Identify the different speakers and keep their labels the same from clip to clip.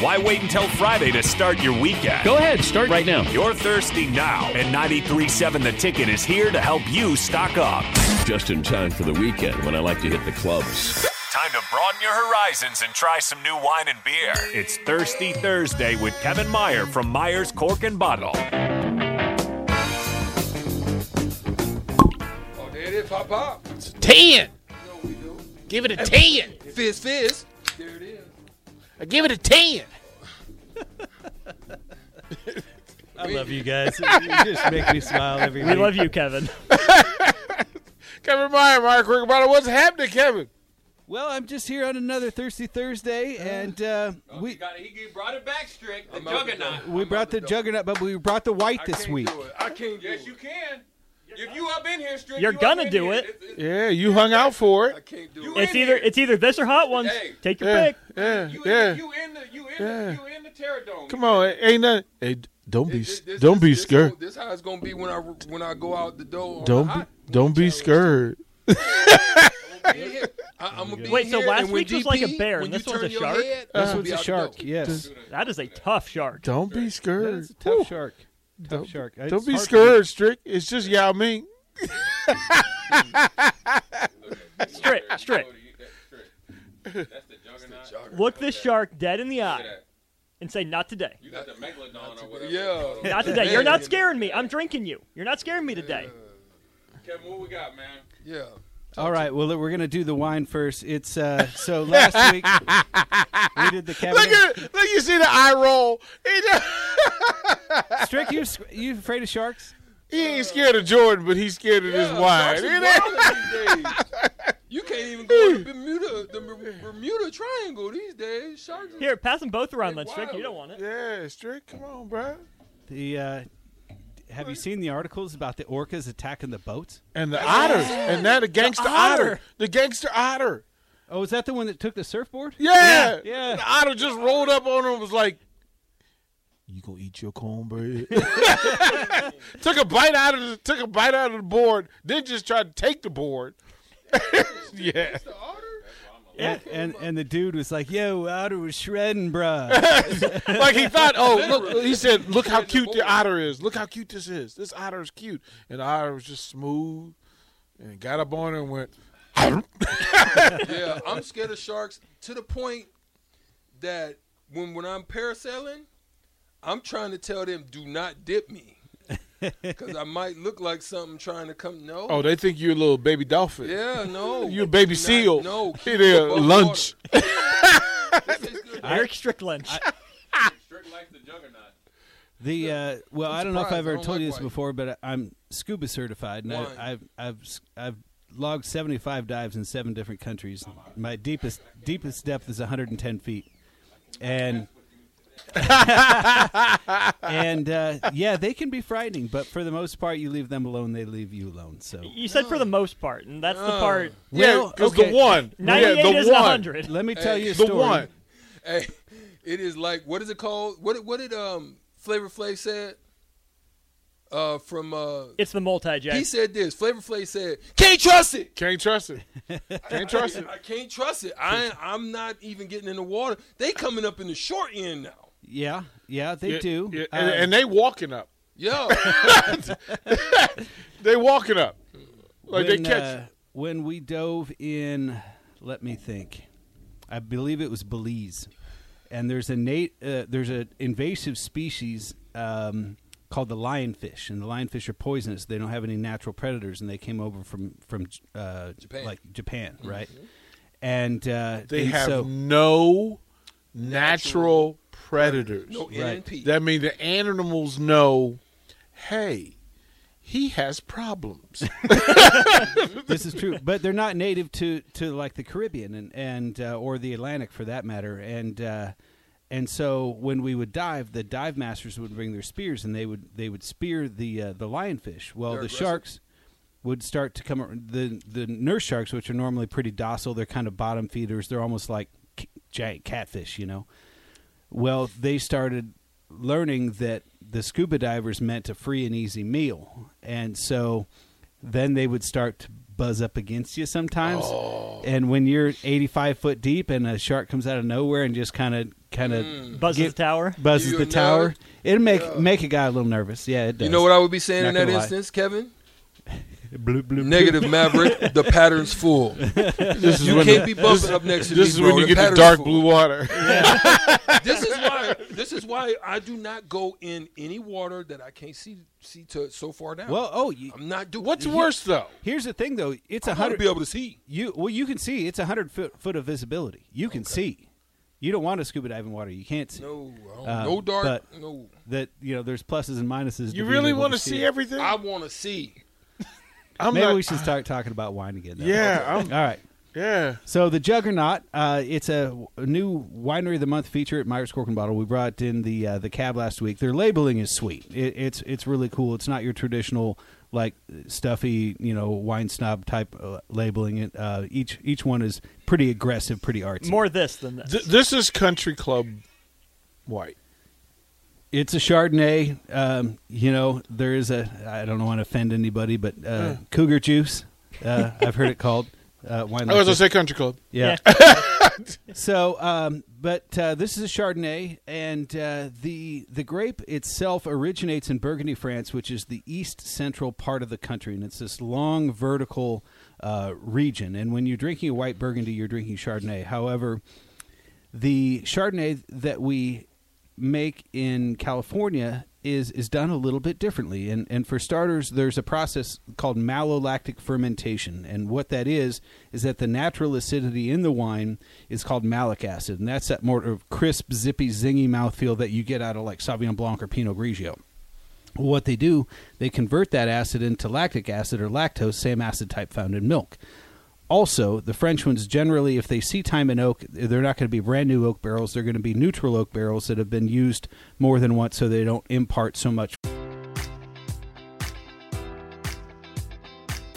Speaker 1: Why wait until Friday to start your weekend?
Speaker 2: Go ahead, start right now.
Speaker 1: You're thirsty now, and 93.7 The Ticket is here to help you stock up.
Speaker 3: Just in time for the weekend when I like to hit the clubs.
Speaker 1: Time to broaden your horizons and try some new wine and beer. It's Thirsty Thursday with Kevin Meyer from Meyer's Cork and Bottle.
Speaker 4: Oh, there it is, pop pop.
Speaker 2: It's a 10.
Speaker 4: You know what we do.
Speaker 2: Give it a 10.
Speaker 4: Fizz fizz. There it is.
Speaker 2: I give it a 10.
Speaker 5: I love you guys. You just make me smile every
Speaker 6: We love you, Kevin.
Speaker 4: Kevin Meyer, Mark Quick about What's happening, Kevin?
Speaker 5: Well, I'm just here on another Thirsty Thursday, and uh, we
Speaker 7: He brought it back strict. The
Speaker 4: I'm out the
Speaker 7: juggernaut.
Speaker 4: door. I'm Oh,
Speaker 5: we
Speaker 4: out
Speaker 5: brought the
Speaker 4: door.
Speaker 5: juggernaut, but we brought the white
Speaker 4: I
Speaker 5: this
Speaker 4: can't
Speaker 5: week.
Speaker 4: do it. I can't do
Speaker 7: Yes,
Speaker 4: it.
Speaker 7: you can. If you up in here strict,
Speaker 6: You're
Speaker 7: you up
Speaker 6: gonna
Speaker 7: in
Speaker 6: do
Speaker 7: here.
Speaker 6: it.
Speaker 7: It's- it's-
Speaker 4: Yeah, you hung out for I it.
Speaker 7: can't do it.
Speaker 6: It's either it's either this or hot ones.
Speaker 7: Hey.
Speaker 6: Take your
Speaker 4: Yeah,
Speaker 6: pick.
Speaker 4: yeah,
Speaker 7: you,
Speaker 4: yeah.
Speaker 7: in, you in the you in
Speaker 4: Yeah.
Speaker 7: the, you in the terror dome.
Speaker 4: Come on, it ain't nothing. Hey, d- don't be,
Speaker 7: This- this-
Speaker 4: don't be
Speaker 7: this- this
Speaker 4: scared.
Speaker 7: how- This how it's gonna be when I when I go out the door. on the
Speaker 4: Don't,
Speaker 7: hot-
Speaker 4: be, don't be scared.
Speaker 7: I'm gonna be here. I, I'm gonna be
Speaker 6: Wait, so
Speaker 7: here,
Speaker 6: last
Speaker 7: and when
Speaker 6: week was like a
Speaker 7: DP,
Speaker 6: bear,
Speaker 7: when
Speaker 6: and
Speaker 7: you
Speaker 6: this one's
Speaker 7: turn
Speaker 6: a
Speaker 7: your
Speaker 6: shark?
Speaker 7: head,
Speaker 5: This
Speaker 7: I'll
Speaker 5: one's
Speaker 7: be
Speaker 5: a
Speaker 7: out the
Speaker 5: shark.
Speaker 7: door.
Speaker 5: Yes,
Speaker 6: That is a tough shark.
Speaker 4: Don't be scared.
Speaker 5: that's a tough
Speaker 4: Woo.
Speaker 5: shark. Tough
Speaker 4: Don't-
Speaker 5: shark.
Speaker 4: Don't
Speaker 5: It's
Speaker 4: be
Speaker 5: hard for
Speaker 4: scared, Strick. It's just Yao Ming.
Speaker 6: Strict, strict.
Speaker 7: That's the juggernaut.
Speaker 6: Look this shark dead in the eye and say, "Not today.
Speaker 7: You got the megalodon or whatever.
Speaker 4: Yeah.
Speaker 6: Not today. You're not scaring me. I'm drinking you. You're not scaring me today."
Speaker 7: Kevin, what we got, man?
Speaker 4: Yeah.
Speaker 5: All right. Well, we're gonna do the wine first. It's uh, so last week we did the
Speaker 4: Look
Speaker 5: Cabernet.
Speaker 4: at, look. You see the eye roll. He, just,
Speaker 5: Strick, you s- you afraid of sharks?
Speaker 4: he ain't scared of Jordan, but he's scared of this wine.
Speaker 7: Sharks
Speaker 4: It
Speaker 7: are
Speaker 4: ain't-
Speaker 7: wild these days. You can't even go to Bermuda, the Berm- Bermuda Triangle these days. Sharks. are-
Speaker 6: Here, pass them both around, then,
Speaker 7: Hey,
Speaker 6: Strick. You don't want it.
Speaker 4: Yeah, Strick. Come on, bro.
Speaker 5: The uh, have you seen the articles about the orcas attacking the boats?
Speaker 4: And the otters, and now the gangster otter.
Speaker 5: otter.
Speaker 4: the gangster otter.
Speaker 5: Oh, is that the one that took the surfboard?
Speaker 4: Yeah,
Speaker 5: Yeah, yeah.
Speaker 4: The otter just rolled up on him and was like, "You gonna eat your cornbread?" took a bite out of the, took a bite out of the board. Then just tried to take the board. yeah,
Speaker 5: And, and and the dude was like, "Yo, otter was shredding, bruh."
Speaker 4: like he thought. Oh, look! He said, "Look how cute the otter is. Look how cute this is. This otter is cute." And the otter was just smooth and got up on her and went.
Speaker 7: Yeah, I'm scared of sharks to the point that when when I'm parasailing, I'm trying to tell them do not dip me because I might look like something trying to come. No.
Speaker 4: Oh, they think you're a little baby dolphin.
Speaker 7: Yeah, no.
Speaker 4: You a baby
Speaker 7: Not-
Speaker 4: seal.
Speaker 7: No,
Speaker 4: He there,
Speaker 7: above
Speaker 4: lunch.
Speaker 6: Eric Strickland.
Speaker 5: The uh, well, I'm I do not know if
Speaker 7: surprised.
Speaker 5: I've
Speaker 7: I
Speaker 5: ever
Speaker 7: don't
Speaker 5: told
Speaker 7: like
Speaker 5: you this
Speaker 7: white.
Speaker 5: before, but I- I'm scuba certified, and
Speaker 7: Wine.
Speaker 5: I, I've I've s- I've logged 75 dives in seven different countries. My deepest deepest depth is 110 feet, and and uh, yeah, they can be frightening, but for the most part, you leave them alone, they leave you alone. So
Speaker 6: You said for the most part, and that's the part.
Speaker 4: Yeah, because the one, yeah,
Speaker 6: 98
Speaker 4: the
Speaker 6: is
Speaker 4: one,
Speaker 6: 100.
Speaker 5: let me tell you a
Speaker 4: the
Speaker 5: story.
Speaker 4: one.
Speaker 7: Hey, it is like what is it called? What it- what did um Flavor Flav said? Uh, from uh,
Speaker 6: It's the multi
Speaker 7: he
Speaker 6: Jack.
Speaker 7: said this. Flavor Flav said, "Can't trust it.
Speaker 4: Can't trust it. Can't trust it.
Speaker 7: I can't trust it. I I'm not even getting in the water. They coming up in the short end now.
Speaker 5: Yeah, yeah, they do.
Speaker 4: Yeah,
Speaker 5: Uh,
Speaker 4: and, and they walking up.
Speaker 7: Yo,
Speaker 4: They walking up. Like
Speaker 5: when,
Speaker 4: they catch.
Speaker 5: uh, when we dove in, let me think. I believe it was Belize, and there's a nat- uh, there's an invasive species um, called the lionfish, and the lionfish are poisonous. They don't have any natural predators, and they came over from from uh,
Speaker 7: Japan.
Speaker 5: like Japan, right? And uh,
Speaker 4: they
Speaker 5: and
Speaker 4: have
Speaker 5: so-
Speaker 4: no natural predators.
Speaker 7: no NNP.
Speaker 4: That means the animals know, hey, he has problems.
Speaker 5: this is true, but they're not native to, to like the Caribbean and and uh, or the Atlantic for that matter. And uh, and so when we would dive, the dive masters would bring their spears and they would they would spear the uh, the lionfish. Well,
Speaker 7: They're
Speaker 5: the
Speaker 7: aggressive.
Speaker 5: sharks would start to come ar- the the nurse sharks, which are normally pretty docile. They're kind of bottom feeders. They're almost like c- giant catfish, you know. Well, they started learning that the scuba divers meant a free and easy meal. And so then they would start to buzz up against you sometimes. And when you're 85 foot deep and a shark comes out of nowhere and just kind of kind of
Speaker 6: Buzzes the tower.
Speaker 5: buzzes
Speaker 7: You
Speaker 5: the
Speaker 7: a
Speaker 5: tower,
Speaker 7: nerd?
Speaker 5: it'll make make a guy a little nervous. Yeah, it does.
Speaker 7: you know what I would be saying
Speaker 5: Not
Speaker 7: in that
Speaker 5: gonna lie.
Speaker 7: instance, Kevin?
Speaker 5: Bloop, bloop, bloop.
Speaker 7: Negative Maverick. The pattern's full.
Speaker 4: this is
Speaker 7: You
Speaker 4: when
Speaker 7: can't
Speaker 4: the-
Speaker 7: be bumping up next to
Speaker 4: this
Speaker 7: me,
Speaker 4: is
Speaker 7: bro.
Speaker 4: when you get the
Speaker 7: pattern's
Speaker 4: dark
Speaker 7: full.
Speaker 4: blue water.
Speaker 7: this is why. This is why I do not go in any water that I can't see see to so far down.
Speaker 5: Well, oh, you,
Speaker 7: I'm not doing.
Speaker 4: What's worse though?
Speaker 5: here's the thing though. It's a
Speaker 7: I want to
Speaker 5: hundred.
Speaker 7: be able to see.
Speaker 5: You well, you can see. It's a hundred foot, foot of visibility. You can see. You don't want to scuba dive in water. You can't see.
Speaker 7: No, I don't-
Speaker 5: Um,
Speaker 7: no dark.
Speaker 5: but-
Speaker 7: no,
Speaker 5: That you know, there's pluses and minuses.
Speaker 4: You really want to see
Speaker 5: everything.
Speaker 4: everything?
Speaker 7: I want to see.
Speaker 4: I'm
Speaker 5: Maybe
Speaker 4: not-
Speaker 5: we should start talking about wine again. Though.
Speaker 4: Yeah,
Speaker 5: All
Speaker 4: I'm,
Speaker 5: right.
Speaker 4: yeah.
Speaker 5: So the Juggernaut, uh, it's a, a new winery of the month feature at Myers Cork and Bottle. We brought in the uh, the cab last week. Their labeling is sweet. It, it's it's really cool. It's not your traditional like stuffy you know wine snob type uh, labeling. It uh, each each one is pretty aggressive, pretty artsy.
Speaker 6: More this than this.
Speaker 4: Th- this is country club white.
Speaker 5: it's a Chardonnay. Um, you know, there is a I don't want to offend anybody, but uh, Cougar Juice. Uh, I've heard it called. Uh, wine
Speaker 4: Mm. Oh, I was
Speaker 5: like
Speaker 4: gonna say country club.
Speaker 5: Yeah. so, um, but uh, this is a Chardonnay, and uh, the the grape itself originates in Burgundy, France, which is the east central part of the country, and it's this long vertical uh, region. And when you're drinking a white Burgundy, you're drinking Chardonnay. However, the Chardonnay that we make in California is is done a little bit differently. And and for starters, there's a process called malolactic fermentation, and what that is is that the natural acidity in the wine is called malic acid, and that's that more of crisp, zippy, zingy mouthfeel that you get out of like Sauvignon Blanc or Pinot Grigio. Well, what they do, they convert that acid into lactic acid or lactose, same acid type found in milk. Also, the French ones generally, if they see time in oak, they're not going to be brand new oak barrels. They're going to be neutral oak barrels that have been used more than once so they don't impart so much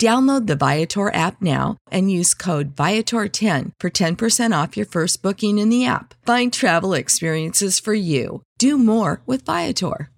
Speaker 8: Download the Viator app now and use code Viator10 for 10% off your first booking in the app. Find travel experiences for you. Do more with Viator.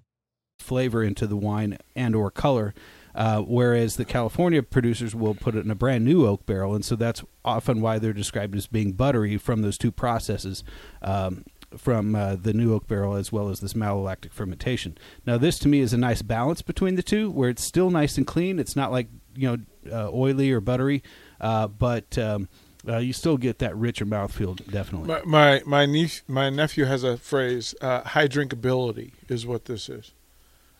Speaker 5: flavor into the wine and or color uh, whereas the california producers will put it in a brand new oak barrel and so that's often why they're described as being buttery from those two processes um, from uh, the new oak barrel as well as this malolactic fermentation now this to me is a nice balance between the two where it's still nice and clean it's not like you know uh, oily or buttery uh, but um, uh, you still get that richer mouthfeel definitely
Speaker 4: My my my, niece, my nephew has a phrase. Uh, high drinkability is what this is.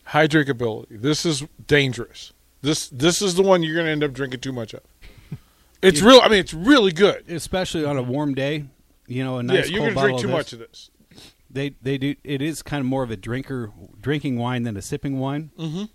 Speaker 4: High drinkability. This is dangerous. This this is the one you're going to end up drinking too much of. It's real. I mean, it's really good,
Speaker 5: especially on a warm day. You know, a
Speaker 4: Yeah,
Speaker 5: nice
Speaker 4: you're
Speaker 5: cold
Speaker 4: gonna drink
Speaker 5: bottle
Speaker 4: too
Speaker 5: of
Speaker 4: much of
Speaker 5: this. They they do. It is kind of more of a drinker drinking wine than a sipping wine.
Speaker 4: Mhm.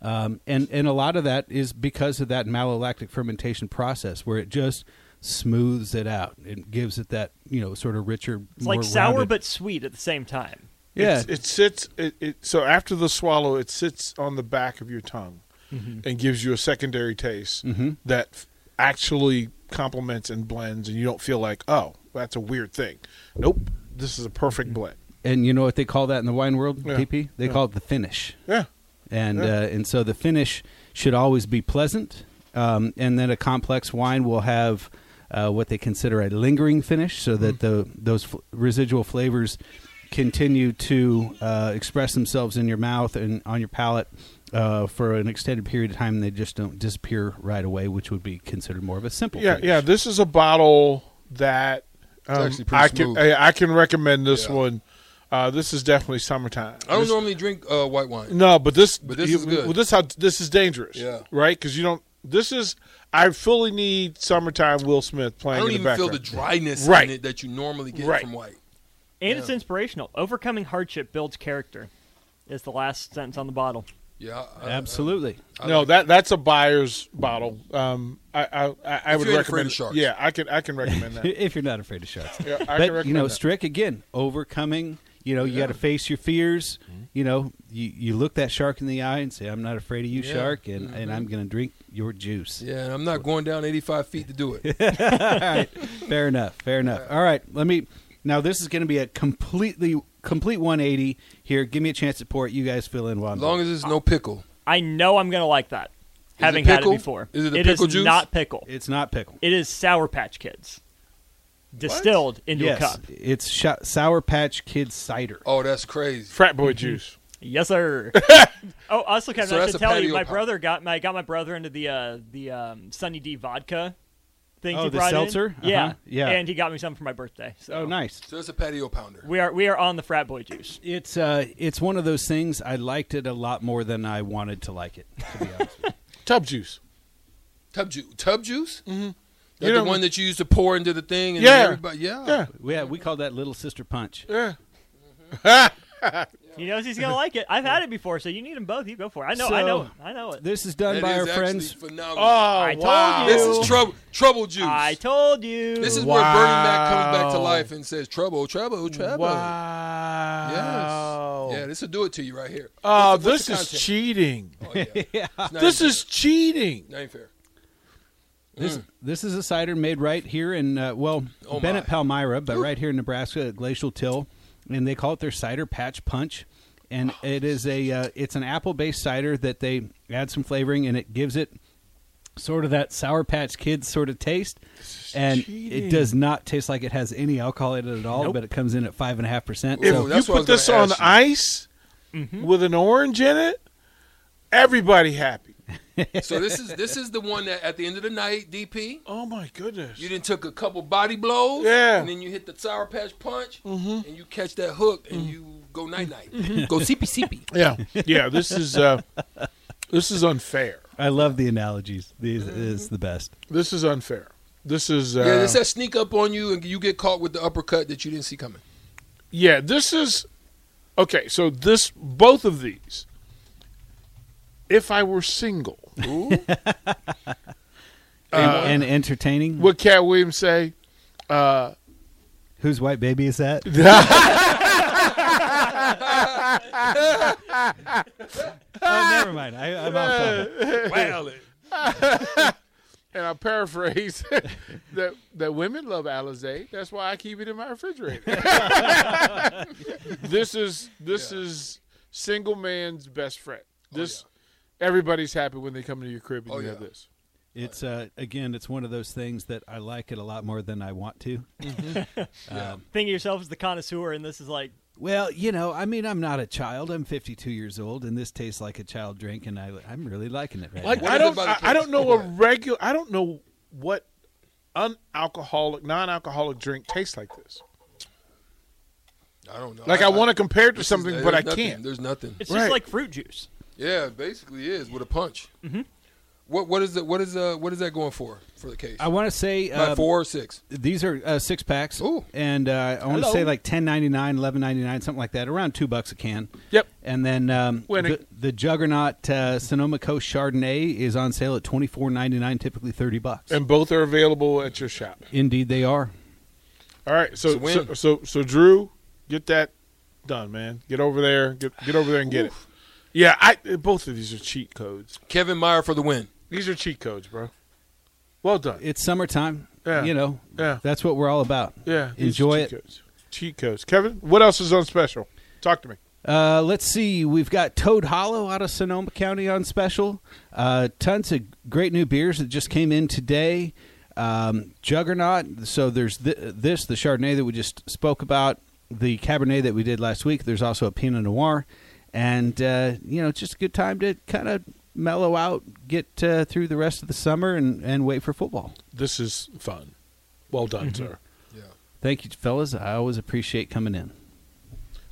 Speaker 5: Um, and and a lot of that is because of that malolactic fermentation process, where it just smooths it out. It gives it that you know sort of richer,
Speaker 6: It's
Speaker 5: more
Speaker 6: like sour
Speaker 5: rounded-
Speaker 6: but sweet at the same time.
Speaker 5: Yeah.
Speaker 4: It's- it sits. It, it so after the swallow, it sits on the back of your tongue
Speaker 5: Mm-hmm.
Speaker 6: Mhm.
Speaker 4: and gives you a secondary taste
Speaker 5: Mhm.
Speaker 4: that f- actually complements and blends, and you don't feel like, oh, that's a weird thing. Nope, this is a perfect
Speaker 5: Mm-hmm.
Speaker 4: blend.
Speaker 5: And you know what they call that in the wine world,
Speaker 4: Yeah.
Speaker 5: PP? They
Speaker 4: Yeah.
Speaker 5: call it the finish.
Speaker 4: Yeah.
Speaker 5: And
Speaker 4: Yeah.
Speaker 5: Uh, and so the finish should always be pleasant. Um, and then a complex wine will have uh, what they consider a lingering finish, so that
Speaker 4: Mm-hmm.
Speaker 5: the those f- residual flavors continue to uh, express themselves in your mouth and on your palate uh, for an extended period of time. And they just don't disappear right away, which would be considered more of a simple.
Speaker 4: Yeah,
Speaker 5: finish.
Speaker 4: yeah. This is a bottle that
Speaker 5: It's
Speaker 4: um,
Speaker 5: actually pretty
Speaker 4: I can
Speaker 5: smooth.
Speaker 4: I, I can recommend this one. Uh, this is definitely summertime.
Speaker 7: I don't
Speaker 4: This-
Speaker 7: normally drink uh, white wine.
Speaker 4: No, but this
Speaker 7: But this
Speaker 4: you-
Speaker 7: is good.
Speaker 4: Well, this how this is dangerous.
Speaker 7: Yeah.
Speaker 4: right. Because you don't. This is I fully need summertime Will Smith
Speaker 7: I
Speaker 4: playing.
Speaker 7: don't
Speaker 4: in
Speaker 7: even
Speaker 4: the
Speaker 7: feel the
Speaker 4: background.
Speaker 7: dryness
Speaker 4: Right.
Speaker 7: in it that you normally get
Speaker 4: Right.
Speaker 7: from white.
Speaker 6: And it's inspirational. Overcoming hardship builds character. Is the last sentence on the bottle.
Speaker 7: Yeah.
Speaker 5: Absolutely.
Speaker 4: no, that that's a buyer's bottle. Um, I I, I, I
Speaker 5: If
Speaker 4: would
Speaker 5: you ain't afraid
Speaker 4: recommend.
Speaker 5: of sharks.
Speaker 4: Yeah, I can I can recommend that.
Speaker 5: if you're not afraid of sharks.
Speaker 4: Yeah, I can
Speaker 5: but, you
Speaker 4: recommend
Speaker 5: know,
Speaker 4: that.
Speaker 5: Strick again, overcoming. You know, you got to face your fears.
Speaker 6: Mm-hmm.
Speaker 5: You know, you, you look that shark in the eye and say, "I'm not afraid of you,
Speaker 7: Yeah.
Speaker 5: shark," and,
Speaker 4: Mm-hmm.
Speaker 5: and
Speaker 7: Mhm.
Speaker 5: I'm going to drink your juice.
Speaker 7: Yeah, and I'm not going down 85 feet to do it.
Speaker 5: All right, fair enough. Fair enough. All right, let me. Now this is going to be a completely complete 180 here. Give me a chance to pour it. You guys fill in while. I'm
Speaker 7: long as there's no pickle.
Speaker 6: I know I'm gonna like that.
Speaker 7: it
Speaker 6: having had it
Speaker 7: pickle?
Speaker 6: before.
Speaker 7: Is it a
Speaker 6: It is
Speaker 7: pickle juice?
Speaker 6: not pickle.
Speaker 5: It's not pickle.
Speaker 6: It is Sour Patch Kids. Distilled into
Speaker 5: yes,
Speaker 6: a cup.
Speaker 5: it's sh- Sour Patch Kid cider.
Speaker 7: Oh, that's crazy.
Speaker 4: Frat boy
Speaker 5: Mhm.
Speaker 4: juice.
Speaker 6: Yes, sir. Oh, also, Kevin,
Speaker 7: So
Speaker 6: I
Speaker 7: that's
Speaker 6: should
Speaker 7: a
Speaker 6: tell you,
Speaker 7: patio
Speaker 6: my
Speaker 7: pop.
Speaker 6: brother got my got my brother into the uh, the um, Sunny D vodka thing.
Speaker 5: Oh,
Speaker 6: he
Speaker 5: the
Speaker 6: brought in.
Speaker 5: seltzer? Uh-huh.
Speaker 6: Yeah,
Speaker 5: Yeah.
Speaker 6: And he got me some for my birthday. So.
Speaker 5: Oh, nice.
Speaker 7: So that's a patio pounder.
Speaker 6: We are we are on the frat boy juice.
Speaker 5: It's uh, it's one of those things. I liked it a lot more than I wanted to like it. To be honest, with you.
Speaker 4: tub juice.
Speaker 7: Tub juice. Tub juice? Mm-hmm. That's
Speaker 5: You
Speaker 7: the
Speaker 5: know-
Speaker 7: one that you used to pour into the thing. And
Speaker 5: Yeah.
Speaker 7: Everybody, yeah.
Speaker 5: Yeah. We we call that little sister punch.
Speaker 4: Yeah.
Speaker 6: He knows he's gonna like it. I've had it before, so you need them both. You go for it. I know. I
Speaker 5: So,
Speaker 6: know. it. I know it.
Speaker 5: This is done
Speaker 7: That
Speaker 5: by
Speaker 7: is
Speaker 5: our
Speaker 7: actually
Speaker 5: friends.
Speaker 7: phenomenal.
Speaker 4: Oh,
Speaker 6: I told you.
Speaker 7: This is trouble, trouble juice.
Speaker 6: I told you.
Speaker 7: This is where Bernie Mac comes back to life and says, "Trouble, trouble, trouble."
Speaker 4: Wow.
Speaker 7: Yes. Yeah, this will do it to you right here.
Speaker 4: Oh,
Speaker 7: What's the- what's
Speaker 4: this
Speaker 7: the
Speaker 4: is
Speaker 7: content?
Speaker 4: cheating.
Speaker 7: Oh, yeah. It's not
Speaker 4: This
Speaker 7: even
Speaker 4: is cheating.
Speaker 7: fair. not even fair.
Speaker 5: This this is a cider made right here in uh, well
Speaker 7: Oh,
Speaker 5: Bennett Palmyra, but right here in Nebraska at Glacial Till, and they call it their cider patch punch, and
Speaker 7: Oh.
Speaker 5: it is a uh, it's an apple based cider that they add some flavoring and it gives it sort of that sour patch kids sort of taste, and it
Speaker 4: cheating.
Speaker 5: does not taste like it has any alcohol in it at all,
Speaker 4: Nope.
Speaker 5: but it comes in at five and a half percent.
Speaker 4: If you put this on ice, with an orange in it, everybody happy.
Speaker 7: So this is this is the one that at the end of the night, DP.
Speaker 4: Oh my goodness!
Speaker 7: You then took a couple body blows,
Speaker 4: Yeah. Mm-hmm.
Speaker 7: and then you hit the sour patch punch, and you catch that hook, and you go night night, go seepy seepy.
Speaker 4: Yeah, yeah. This is uh, this is unfair.
Speaker 5: I love the analogies. These is the best.
Speaker 4: This is unfair. This is uh,
Speaker 7: yeah, it's that sneak up on you, and you get caught with the uppercut that you didn't see coming.
Speaker 4: Yeah, this is okay. So this, both of these. If I were single,
Speaker 7: Uh,
Speaker 5: And, and entertaining.
Speaker 4: what Cat Williams say? Uh,
Speaker 5: Whose white baby is that? oh, never mind. I, I'm off topic.
Speaker 7: Well,
Speaker 4: and I paraphrase that that women love Alizé. That's why I keep it in my refrigerator. this is this is single man's best friend. This everybody's happy when they come to your crib and
Speaker 7: Oh,
Speaker 4: you have
Speaker 7: yeah.
Speaker 4: this.
Speaker 5: It's uh, again, it's one of those things that I like it a lot more than I want to.
Speaker 7: Mm-hmm.
Speaker 6: Think of yourself as the connoisseur, and this is like,
Speaker 5: Well, you know, I mean, I'm not a child. I'm 52 years old, and this tastes like a child drink, and I, I'm really liking it right
Speaker 4: Like
Speaker 5: now.
Speaker 7: What
Speaker 4: I
Speaker 7: is
Speaker 4: don't
Speaker 7: it about
Speaker 4: I,
Speaker 7: the
Speaker 4: I don't
Speaker 7: taste?
Speaker 4: know a regular I don't know what unalcoholic non-alcoholic drink tastes like this.
Speaker 7: I don't know.
Speaker 4: Like I, want to compare it to
Speaker 7: this is-
Speaker 4: something,
Speaker 7: there's
Speaker 4: but I
Speaker 7: nothing-
Speaker 4: can't.
Speaker 7: There's nothing.
Speaker 6: it's
Speaker 4: Right.
Speaker 6: just like fruit juice.
Speaker 7: Yeah, basically is with a punch. Mm-hmm. What what is it? What is uh what is that going for for the case?
Speaker 5: I want to say
Speaker 7: About
Speaker 5: um,
Speaker 7: four or six.
Speaker 5: These are uh, six packs,
Speaker 7: Ooh.
Speaker 5: and uh, I want to
Speaker 7: Hello.
Speaker 5: say like ten ninety nine, eleven ninety nine, something like that, around two bucks a can.
Speaker 4: Yep.
Speaker 5: And then um,
Speaker 4: Winning.
Speaker 5: the, the Juggernaut uh, Sonoma Coast Chardonnay is on sale at twenty four ninety nine, typically thirty bucks.
Speaker 4: And both are available at your shop.
Speaker 5: Indeed, they are.
Speaker 4: All right, so
Speaker 7: It's a win.
Speaker 4: so, so so Drew, get that done, man. Get over there, get get over there and get it. Yeah, I both of these are cheat codes.
Speaker 7: Kevin Meyer for the win.
Speaker 4: These are cheat codes, bro. Well done.
Speaker 5: It's summertime.
Speaker 4: Yeah.
Speaker 5: You know.
Speaker 4: Yeah.
Speaker 5: That's what we're all about.
Speaker 4: yeah, these are
Speaker 5: Enjoy
Speaker 4: cheat
Speaker 5: it.
Speaker 4: Codes. Cheat codes, Kevin. What else is on special? Talk to me.
Speaker 5: Uh, let's see. We've got Toad Hollow out of Sonoma County on special. Uh, tons of great new beers that just came in today. Um, Juggernaut. So there's th- this, the Chardonnay that we just spoke about, the Cabernet that we did last week. There's also a Pinot Noir. And, uh, you know, it's just a good time to kind of mellow out, get uh, through the rest of the summer, and, and wait for football.
Speaker 4: This is fun. Well done, sir.
Speaker 7: Yeah.
Speaker 5: Thank you, fellas. I always appreciate coming in.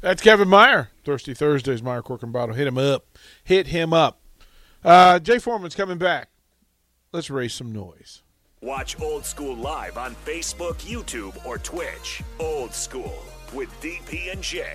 Speaker 4: That's Kevin Meyer. Thirsty Thursdays, Meyer Cork and Bottle. Hit him up. Hit him up. Uh, Jay Foreman's coming back. Let's raise some noise.
Speaker 1: Watch Old School live on Facebook, YouTube, or Twitch. Old School with DP and J